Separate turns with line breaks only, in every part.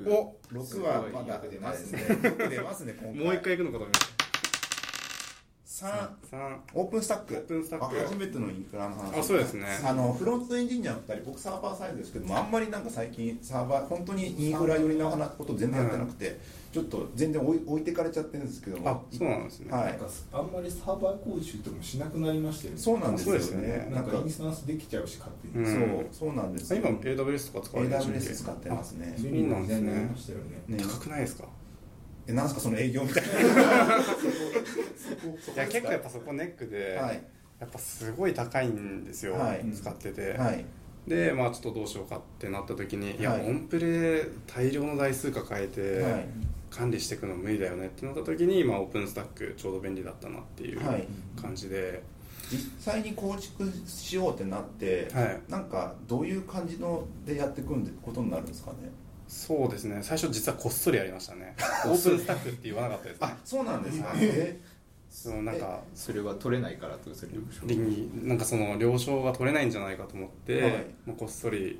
6
お6は
すご
ま
い
だ
よく出ますね
よく出ますね今回
もう一回行くのかと思いまし
3
た3
オープンスタック
オープンスタック
あ初めてのインフラの話
あそうですね
あのフロントエンジニアの2人僕サーバーサイドですけどもあんまりなんか最近サーバー本当にインフラ寄りの話こと全然やってなくて、ちょっと全然置い置いてかれちゃってるんですけども
あそうなんですね
は
ないんかあんまりサーバー講習とかもしなくなりましたよね
そうなんですよね
そうですよね
な
なんん
か
かインスタンスできちゃうし勝手
う
に
ん
そうそうなんです
あ
よ
今 AWS とか使われてるんで
AWS
した
使
っ
って
け
ますね
便利な時代になりましたよね
ね
高くないですか
えなんすかその営業 みたい
いや結構やっぱそこネックで、
なはい
やっぱすごい高いんですよ、
はい
使ってて、
はい
でまあちょっとどうしようかってなった時に、い、や
はい
オンプレ大量の台数抱えて、
はい
管理していくの無理だよねってなった時に、まあ、オープンスタックちょうど便利だったなっていう
はい
感じで、
実際に構築しようってなって、
はい
なんかどういう感じのでやっていくんでことになるんですかね
そうですね最初実はこっそりやりました ねオープンスタックって言わなかったですね
あそうなんですか、え
そのなんか
それは取れないからとそれ了承
倫理なんかその了承が取れないんじゃないかと思って、
はい
まあ、こっそり、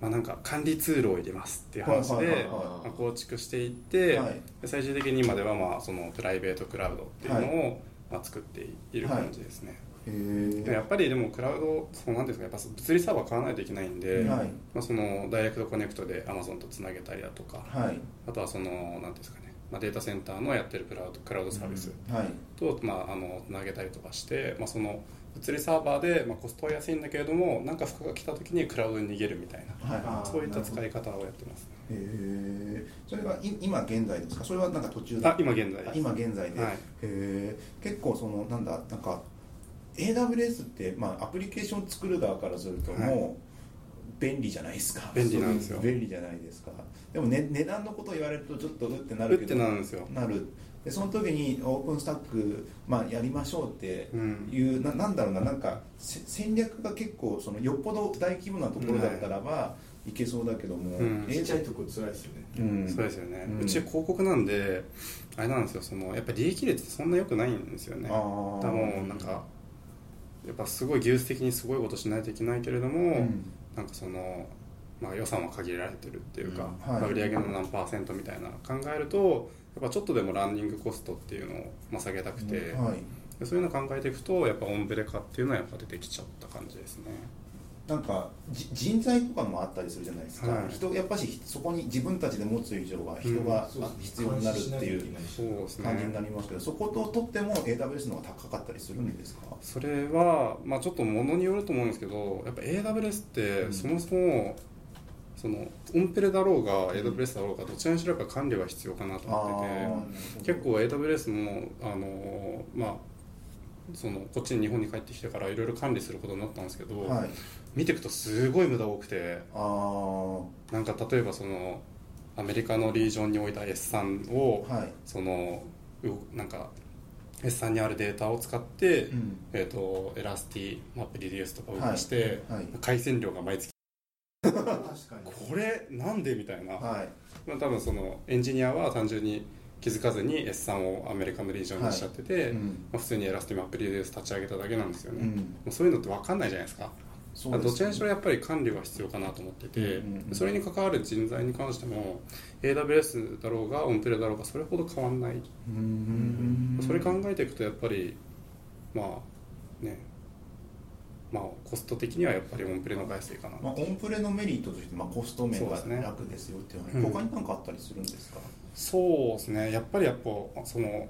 まあ、なんか管理ツールを入れますっていう話で、
はいはいはい
まあ、構築していって、
はい
で最終的に今ではまあそのプライベートクラウドっていうのを、まあ、作っている感じですね、
へ
でもや
ー
っぱりでもクラウドそうなんですかやっぱ物理サーバー買わないといけないんで、
は
ま
い
あ、そのダイレクトコネクトで Amazon とつなげたりだとか、
はい
あとはそのなんていうんですかね、まあ、データセンターのやってるクラウドクラウドサービス
はい
と、まあ、あのつなげたりとかして、まあ、その物理サーバーで、まあ、コストは安いんだけれどもなんか負荷が来た時にクラウドに逃げるみたいな
は
あー
そういった使い方をやってますね
いへえそれがい今現在ですかそれはなんか途中
あ今現在です
今現在で、
はい
へえ結構そのなんだなんか AWS って、まあ、アプリケーション作る側からすると
はい
もう便利じゃないですか
便利なんですよ
便利じゃないですかでも、ね、値段のことを言われるとちょっとうってなるけど
うってなるんですよ
なるでその時にオープンスタック、まあ、やりましょうって
うん
いう、ななんだろうななんかせ戦略が結構そのよっぽど大規模なところだったらば、い、けそうだけども、
うん
ちっちゃい
AWS
とこ辛いですよね
うん
そうですよね、
うん
うち広告なんであれなんですよそのやっぱり利益率ってそんな良くないんですよね
あー
だからもうなんかやっぱすごい技術的にすごいことしないといけないけれども、
うん
なんかその、まあ、予算は限られてるっていうか、
うんはい
まあ売上の何パーセントみたいな考えるとやっぱちょっとでもランニングコストっていうのを、まあ、下げたくて、
はい
でそういうのを考えていくとやっぱオンブレ化っていうのはやっぱ出てきちゃった感じですね
なんかじ人材とかもあったりするじゃないですか、
はい
人やっぱしそこに自分たちで持つ以上は人が
そうそう
必要になるってい
監視しなきゃいけ
う
ないし
そうです
感じにな
ね
りますけどそことを取っても AWS の方が高かったりするんですか、
それは、まあ、ちょっとものによると思うんですけどやっぱ AWS ってそもそも、そのオンプレだろうが AWS だろうがどちらにしろやっぱ管理は必要かなと思ってて
あー
結構 AWS もあのまあそのこっちに日本に帰ってきてからいろいろ管理することになったんですけど、
はい
見ていくとすごい無駄多くて
あー
なんか例えばそのアメリカのリージョンに置いた S さんを、
はい
そのうなんか S さんにあるデータを使って、
うん
えー、とエラスティマップリデュースとかを動かして、
はいはい
回線量が毎月
確かに
これなんでみたいな、
はい
まあ、多分そのエンジニアは単純に気づかずに S さんをアメリカのリージョンにしちゃってて、
はいうん
まあ、普通にエラスティマップリデュース立ち上げただけなんですよね、
うん
もうそういうのって分かんないじゃないですか
そう
ま
で
あ
す
どちらにしろやっぱり管理は必要かなと思ってて、
うんうんうん
それに関わる人材に関しても AWS だろうがオンプレだろうがそれほど変わんない、
うーん
それ考えていくとやっぱりまあねまあコスト的にはやっぱりオンプレの方が安いかな、
まあ、オンプレのメリットとして、まあ、コスト面
そう
が
ですね
楽ですよっていうの
うん
他に何かあったりするんですか、
そうですねやっぱりやっぱその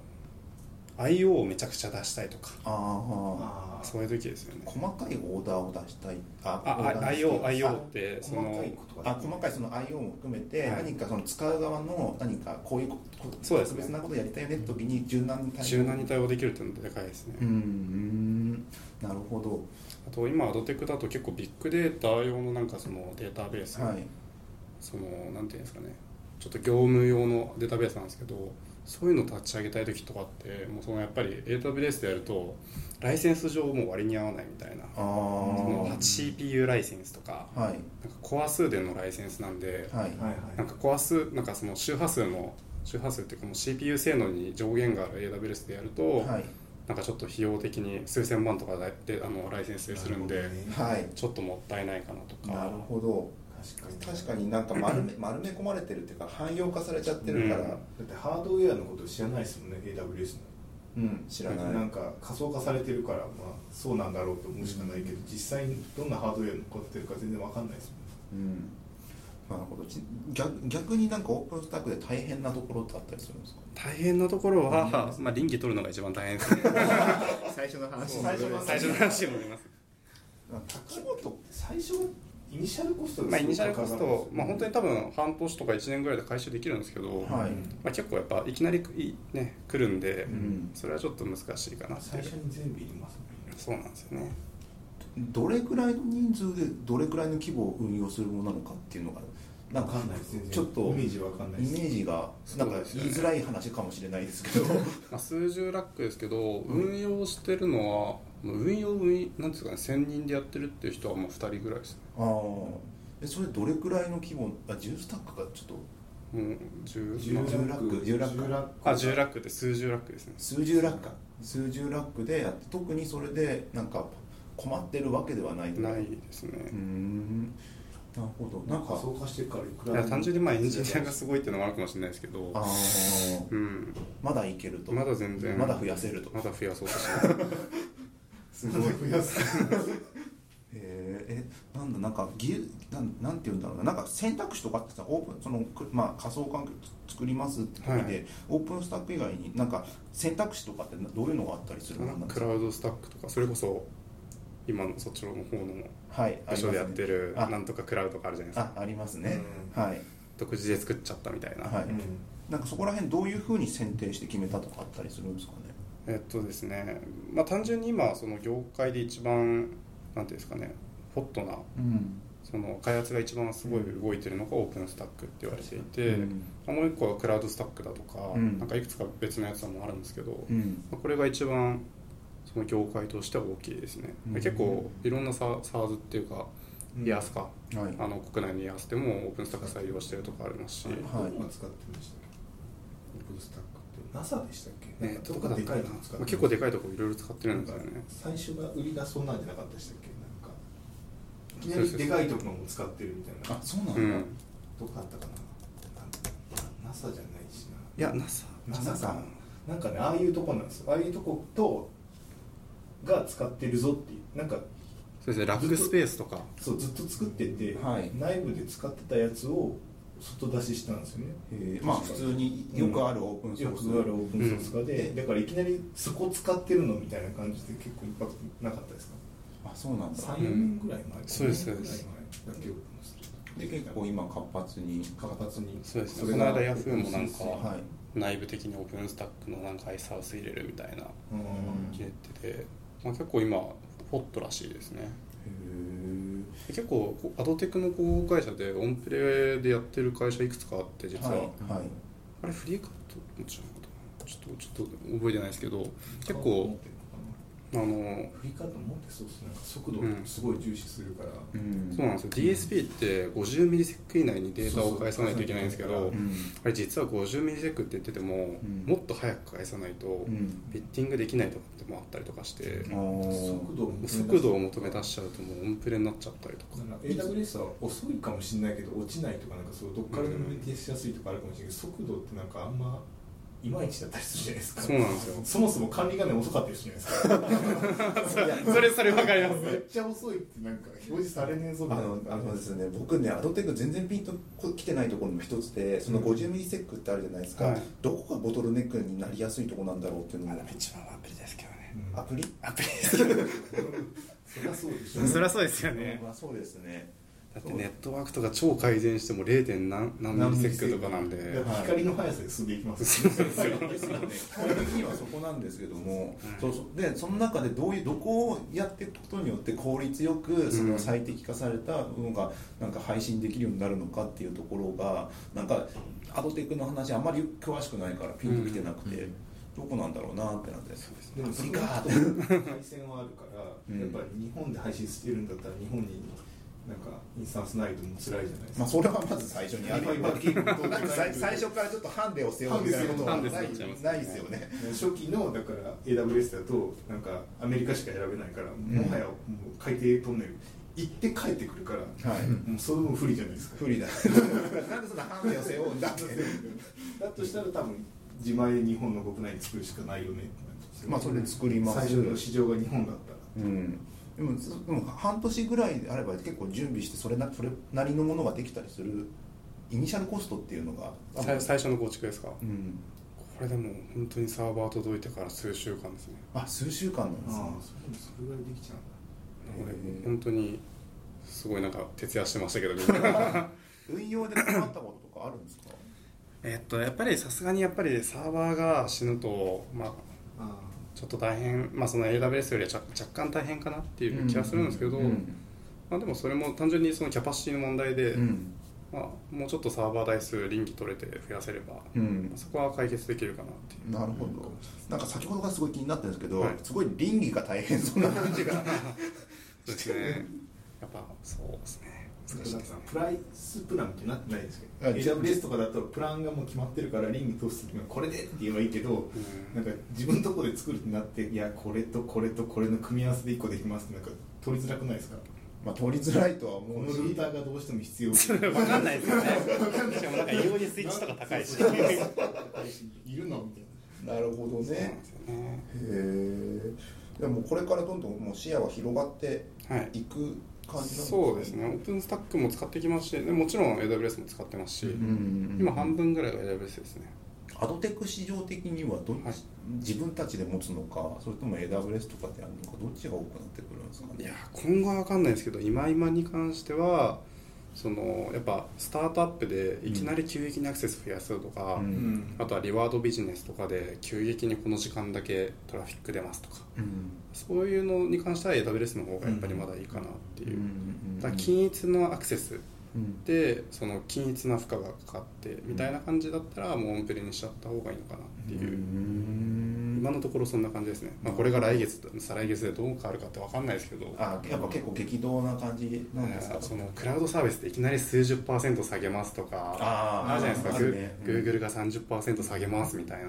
IO をめちゃくちゃ出したいとか
ああ
あー
そういう時ですよね
細かいオーダーを出したいあオ
あ
ーダ
あ
ーしたい
IO, IO ってそ
細
の
かいことが
あ細かいその IO も含めて
はい
何かその使う側の何かこういうこと
そうです
特
ね
別なことやりたいよねって時に柔軟に対応
柔軟に対応できるっていうのはでかいですね、
うんうんなるほど
あと今アドテクだと結構ビッグデータ用のなんかそのデータベース、
はい
そのなんていうんですかねちょっと業務用のデータベースなんですけどそういうの立ち上げたい時とかってもうそのやっぱり AWS でやるとライセンス上もう割に合わないみたいな
あ
その
ー
CPU ライセンスとか
はい
なんかコア数でのライセンスなんで、
はい
はいはい
なんかコア数なんかその周波数の周波数っていうかもう CPU 性能に上限がある AWS でやると、
はい
なんかちょっと費用的に数千万とかであのライセンスでするんで
なほどね
はい
ちょっともったいないかなとか
なるほど
確かに
確かになんか丸め丸め込まれてるっていうか汎用化されちゃってるから、
だってハードウェアのこと知らないですもんね AWS の
うん知らない、
んか仮想化されてるからまあそうなんだろうと思うしかないけど、実際にどんなハードウェア残ってるか全然わかんないです
うん、なるほどち逆逆になんかオープンスタックで大変なところってあったりするんですか
大変なところは、まあ、倫理取るのが一番大変ですね
最初の話
最初の話
最初の話に戻ります
なんか書き物と
最初イニシャルコスト
まあ、イニシャルコスト、まあ、本当に多分半年とか1年ぐらいで回収できるんですけど、
はい
まあ、結構やっぱいきなりいね来るんで、
ん
それはちょっと難しいかなってい
最
う
初に全部いります
そうなんですよね
どれくらいの人数でどれくらいの規模を運用するものなのかっていうのがなんか
わかんないです全然
ちょっと
イメージわかんない
イ
で
メ
す
ージがなんか
そうですよ
言
ね
いづらい話かもしれないですけど
まあ、数十ラックですけど、運用してるのはまあ運用運用なんですかね1000人でやってるっていう人はもう2人ぐらいですね
ああえそれどれくらいの規模あ10スタックがちょっと
もう10
10ラック10ラック
あ10ラックって数十ラックですね
数十ラックか数十ラックでやって特にそれでなんか困ってるわけではない
ないですね、
うーんなるほどな
なんん
か
かそう化してるからいく
い
ら
や単純にまあエンジニアがすごいっていうのもあるかもしれないですけど
あー
うん
まだいけると
まだ全然
まだ増やせると
まだ増やそうとしない
すごい増やす
えー、えなんだなんか技術なんなんて言うんだろうななんか選択肢とかってさオープンそのくまあ仮想環境作りますって時で、
はい
オープンスタック以外になんか選択肢とかってなどういうのがあったりするものなんです
ク
か
ラウドスタックとかそれこそ今のそっちの方の
はい
場所でやってる
あります
な
ね
んとかクラウドがあるじゃないです
あ
か
あありますねはい
独自で作っちゃったみたいな、
はい、
うん
なんかそこら辺どういうふうに選定して決めたとかあったりするんですかね
えっとですね、まあ、単純に今その業界で一番なんていうんですかねホットな
うん
その開発が一番すごい動いてるのがオープンスタックって言われていて、
うん
まあもう一個はクラウドスタックだとか、
うん
なんかいくつか別のやつもあるんですけど、
うん
まあこれが一番その業界としては大きいですね、
うん
結構いろんなサ SARS っていうか、
うん
イアスか
はい
あの国内にイアスでもオープンスタック採用してるとかありますし、
はい
どこが使ってましたっけオープンスタックって NASA でしたっけ
え
なん
ー
かど
ど
こ
こ
か
だっ
で
た
か
か
い
な
の使っ
ま
て
あ結構でかいとこいろいろ使ってるんですよね
最初が売りがそんなんじゃなかったでしたっけなんかいきなりでかいところも使ってるみたいな
あそうなんだ、
うん
どこだったかなな NASA じゃないしない
や NASA
NASA かなんかねああいうとこなんですよああいうとことが使ってるぞっていうなんか
そうですねラックスペースとか
そうずっと作ってて、
はい
内部で使ってたやつを外出ししたんですよね
えーまあ普通によくあるオープンソ
よ
ース、
くあるオープンソース化で、
うん
だからいきなりそこ使ってるのみたいな感じで結構インパクトなかったですか
あそうなんだ
34年ぐらい前、
そうですそうです
四年ぐらい前だけオープンする
で結構今活発に
活発に
そうですね
れが
この間ヤフーもなんか
はい
内部的にオープンスタックのなんかアイサース入れるみたいな
うん
ひねってて、まあ、結構今ホットらしいですねで結構こうアドテクの広報会社でオンプレでやってる会社いくつかあって実は、
はいはい
あれフリーカットもちろんちょっとちょっと覚えてないですけど結構あの
振り方持ってそうですなんか速度をすごい重視するから、
うん
そうなんですよ DSP って50ミリセック以内にデータを返さないといけないんですけ
そうそう
ど
返さな
うん
あれ実は50ミリセックって言ってても、
うん
もっと早く返さないと
うん
ピッティングできないとかってもあったりとかして、
あー
速度を求め出す
速度を求め出しちゃうともうオンプレになっちゃったりとか
なんか AWS は遅いかもしれないけど落ちないとかなんかそうどっからでも運転しやすいとかあるかもしれないけど、速度ってなんかあんまいまいちだったりするじゃないですか
そうなんですよ
そもそも管理画面遅かったりするじゃないですかいや
それそれ分かります
めっちゃ遅いってなんか表示されねえぞみ
あ
たいな
のあのですね、僕ね、アドテック全然ピンとこ来てないところの一つで、その
うん
50ミリセックってあるじゃないですか、
はい
どこがボトルネックになりやすいところなんだろうっていうのも、
一番アプリですけどね
うん
アプリ
アプリですけど
そりゃそうでしょ
そりゃそうですよね
まあそうですね、
だってネットワークとか超改善しても 0. 点何何ミリセックとかなんで
だって光の速さで進んでいきます、
ですよね、基本的にはそこなんですけども、
うん
そうそうでその中でどういうどこをやっていくことによって効率よくその最適化されたものがなんか配信できるようになるのかっていうところがなんかアドテックの話あんまり詳しくないからピンときてなくて、
うん
どこなんだろうなってなって。
でもそれ
ア
は
プ
配線はあるから、
うん
やっぱり日本で配信してるんだったら日本になんかインスタンスないとも辛いじゃないです
ま
か
あ、それはまず最初にあるよ
今今結構
なんか最最初からちょっとハンデを背負うみたいなことはないない
ハンデ背負っちゃいますね
ですよね。
初期のだから AWS だとなんかアメリカしか選べないからもはやもう海底トンネル行って帰ってくるから、
はい
もうその分不利じゃないですか
不利だなんでそんなハンデを背負うんだって
だとしたら多分自前日本の国内に作るしかないよね
まあそれで作ります
最初の市場が日本だっ
うんでもそでも半年ぐらいあれば結構準備してそれなそれなりのものができたりするイニシャルコストっていうのが
さい最初の構築ですかこ
うん
れでも本当にサーバー届いてから数週間ですね
あ数週間なん
た
で
ら
すね
それぐらいできちゃうん
な
だ
ので
うん
本当にすごいなんか徹夜してましたけど
運用で困ったこととかあるんですか
えっとやっぱりさすがにやっぱりサーバーが死ぬとまあ
あ
ちょっと大変まあその AWS よりは若若干大変かなっていう気がするんですけど、
うん
まあ、でもそれも単純にそのキャパシティの問題で、
うん
まあ、もうちょっとサーバー台数臨機取れて増やせれば、
うん
まあそこは解決できるかなっていう
なるほどなんか先ほどがすごい気になってるんですけど、
はい
すごい倫理が大変そうな感じが
そうですねやっぱそうですね
あだからさプライスプランってなってないですけ
あ
ど AWS とかだとプランがもう決まってるからリング通す時はこれでって言えばいいけど
うん
なんか自分のとこで作るってなっていやこれとこれとこれの組み合わせで1個できますってなんか取りづらくないですか
まあ通りづらいとは
こ
思
の
う
ル
し
ーターがどうしても必要
分かんないですよねしかもなんか異様にスイッチとか高 いし
そうそうそう高いしいるのみたいな
なるほどね
ね
へえでもこれからどんどんもう視野は広がって
はい
いく感じなんですね
そうですねオープンスタックも使ってきますしでもちろん AWS も使ってますし、
うん
今半分ぐらいが AWS ですね
アドテク市場的にはどっち、
はい
自分たちで持つのかそれとも AWS とかであるのかどっちが多くなってくるんですか
いや
ね
今後は分かんないですけど今今に関してはそのやっぱスタートアップでいきなり急激にアクセス増やすとか、
うん
あとはリワードビジネスとかで急激にこの時間だけトラフィック出ますとか
うん
そういうのに関しては AWS の方がやっぱりまだいいかなっていう、
ん
だから均一なアクセス
うん
でその均一な負荷がかかってみたいな感じだったらもうオンプレにしちゃった方がいいのかなっていう、
うん
今のところそんな感じですね、まあ、これが来月再来月でどう変わるかって分かんないですけど
あやっぱ結構激動な感じなんですか、
そのクラウドサービスでいきなり数十パーセント下げますとか
あ
あるじゃないですか、
あ
グ
る
ー
ね
Google が30%下げますみたいな
う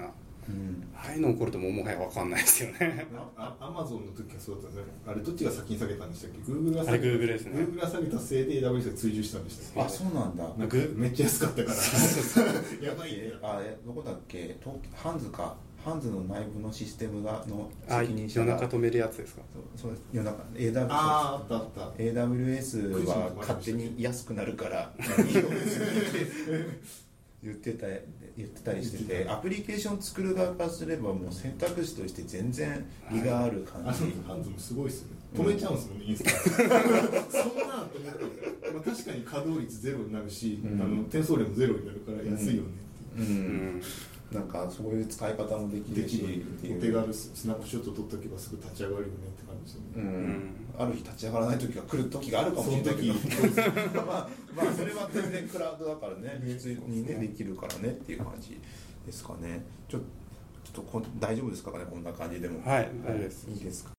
ん
ああいうの起こるともうもはや分かんないですよね
あアマゾンの時はそうだったんですよねあれどっちが先に下げたんでしたっけ Google が
あれ
下げ
Google ですね
Google が下げたせいで AWS が追従したんでしたっ
あそうなんだ
けなんかめっちゃ安かったから やばいね
えあえどこだっけ東ハンズかハンズの内部のシステムがの
あ
責任者
夜
が
中止めるやつですか
そうそう夜中 AWS
あああったあった
AWS は勝手に安くなるからいいよ言ってた言ってたりしててアプリケーション作る側からすればもう選択肢として全然利がある
あ
感
の
じ、
ハンズもすごいっすよね止めちゃうんですもんね、インス タそんなんと思って、まあ、確かに稼働率ゼロになるし、
うん
あの転送量もゼロになるから安いよね
う、
うんん
なんかそういう使い方もで
っ
き
て、
る
でき
し
る
っていう
お手軽っすスナップショット撮っとけばすぐ立ち上がるよねって感じですよね、
うん
ん
ある日立ち上がらない時が来る時があるかもしれないけど
そ
まあ、まあそれは全然クラウドだからね普通にねできるからねっていう感じですかねちょちょっとこん大丈夫ですかねこんな感じでも
はい大丈夫です
いいですか